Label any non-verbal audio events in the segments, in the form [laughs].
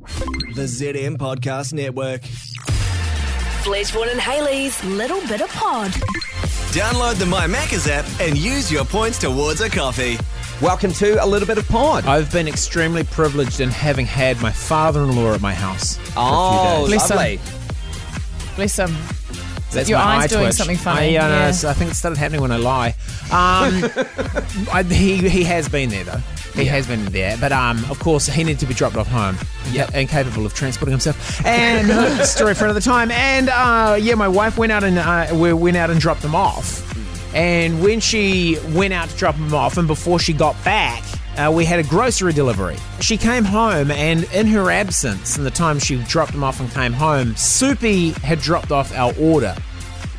The ZM Podcast Network. Fledgeborn and Haley's Little Bit of Pod. Download the My Maccas app and use your points towards a coffee. Welcome to a little bit of pod. I've been extremely privileged in having had my father-in-law at my house. for a few Oh, days. lovely. Bless him. That's Your my eyes eye doing twitch. something funny, I, uh, no, yeah. it's- I think it started happening when I lie. [laughs] Um, I, he, he has been there though. He has been there, but um, of course he needed to be dropped off home. Yeah, incapable of transporting himself. And [laughs] story for another time. And uh, yeah, my wife went out and uh, we went out and dropped them off. And when she went out to drop them off, and before she got back, uh, we had a grocery delivery. She came home, and in her absence, in the time she dropped them off and came home, Soupy had dropped off our order.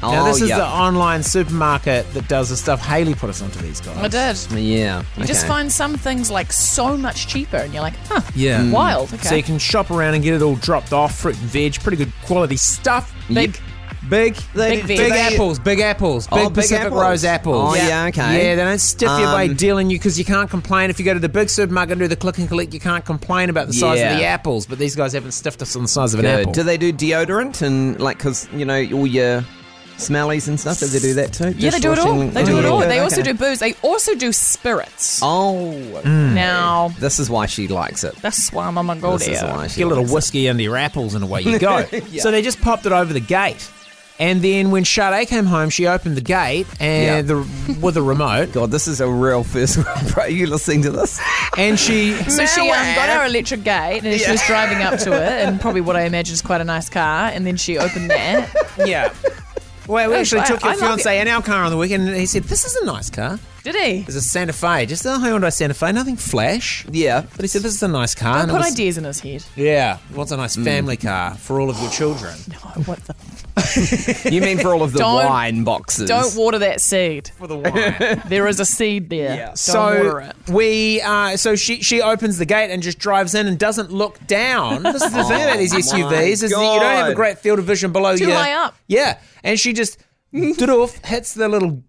Now, Oh, this is yeah. the online supermarket that does the stuff Haley put us onto these guys. I did. Yeah. You just find some things like so much cheaper, and you're like, huh, Yeah. wild. Okay. Mm. So you can shop around and get it all dropped off, fruit and veg, pretty good quality stuff. Big. Big, Big big, veg. apples, big apples, big Oh, big Pacific apples. Rose Oh, apples. yeah, okay. Yeah, they don't stiff you by Um, dealing you because you can't complain. If you go to the big supermarket and do the click and collect, you can't complain about the size Yeah. of the apples. But these guys haven't stiffed us on the size of an Good. apple. Do they do deodorant and like because you know all your smellies and stuff? Do they do that too? yeah, they do it all. Dishwashing- They do Oh, it all. yeah. They Okay. also do booze. They also do spirits. Oh, Mm. Now, this is why she likes it. that's why I'm a Mongolia. This is why she Get a little likes whiskey under your apples and away [laughs] you go. So they just popped it over the gate. And then when Sade came home, she opened the gate and the, with a [laughs] remote, it. God, this is a real first world. [laughs] Are you listening to this? and she So she um, got our electric gate and she was driving [laughs] up to it and probably what I imagine is quite a nice car and then she opened that. yeah. Well, we actually I- took I your like fiance in our car on the weekend, and he said, "This is a nice car. Did he? It's a Santa Fe, just "Oh, a Hyundai Santa Fe, nothing flash." Yeah. But he said, "This is a nice car." Don't and it put was- ideas in his head. Yeah, what's a nice family car for all of your children? Oh, what the You mean for all of the [laughs] Don't- wine boxes? Don't water that seed. For the wine. There is a seed there. Don't water so it. we, uh, so she she opens the gate and just drives in and doesn't look down. Oh This is the thing about these my SUVs is that you don't have a God. great field of vision below Too you. high up. Yeah, and she just doof hits the little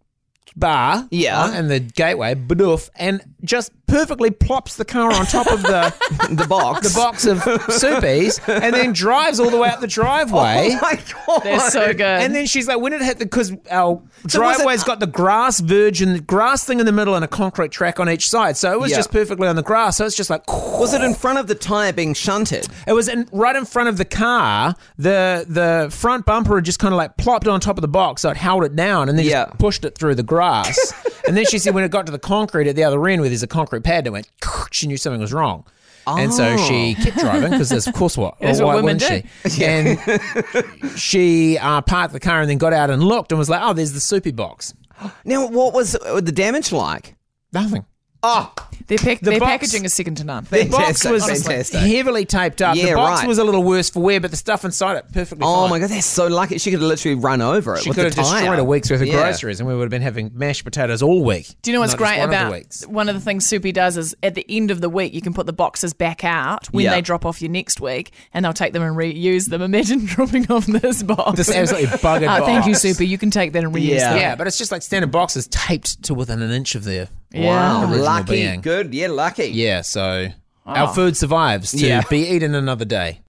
bar, Yeah. uh, and the gateway badoof, and just perfectly plops the car on top of the the box. [laughs] the box of soupies, and then drives all the way up the [laughs] driveway. Oh my god. They're so good. And then she's like, when it hit the, because our was it- driveway's got the grass virgin, the grass thing in the middle and a concrete track on each side. So it was Yeah. just perfectly on the grass. So it's just like, was it in front of the tire being shunted? it was in, right in front of the car. The the front bumper had just kind of like plopped on top of the box, so it held it down and then Yeah. just pushed it through the [laughs] grass. and then she said, when it got to the concrete at the other end where there's a concrete pad, and it went. [laughs] She knew something was wrong. And so Oh. she kept driving because, of course, what? That's what why women wouldn't she? [laughs] And she uh, parked the car and then got out and looked and was like, "Oh, there's the soupy box. Now, what was uh, the damage like? [laughs] Nothing." Oh, Their, pack- their box- packaging is second to none. The box Fantastic, was fantastic. heavily taped up. Yeah, the box right. was a little worse for wear, but the stuff inside it perfectly. oh fine. my god, that's so lucky. She could have literally run over it. She with could the have destroyed tire. a week's worth of Yeah. groceries, and we would have been having mashed potatoes all week. Do you know what's not just great one of the about weeks. one of the things Soupy does is at the end of the week you can put the boxes back out when Yeah. they drop off you next week and they'll take them and reuse them. [laughs] Imagine dropping off this [laughs] box. This [laughs] absolutely [laughs] buggered Oh, thank you, box. Soupy. You can take that and reuse Yeah. them. Yeah, but it's just like standard boxes taped to within an inch of their Yeah. Wow, original lucky, being. good, yeah, lucky. Oh. Yeah, so our food survives to Yeah. be eaten another day.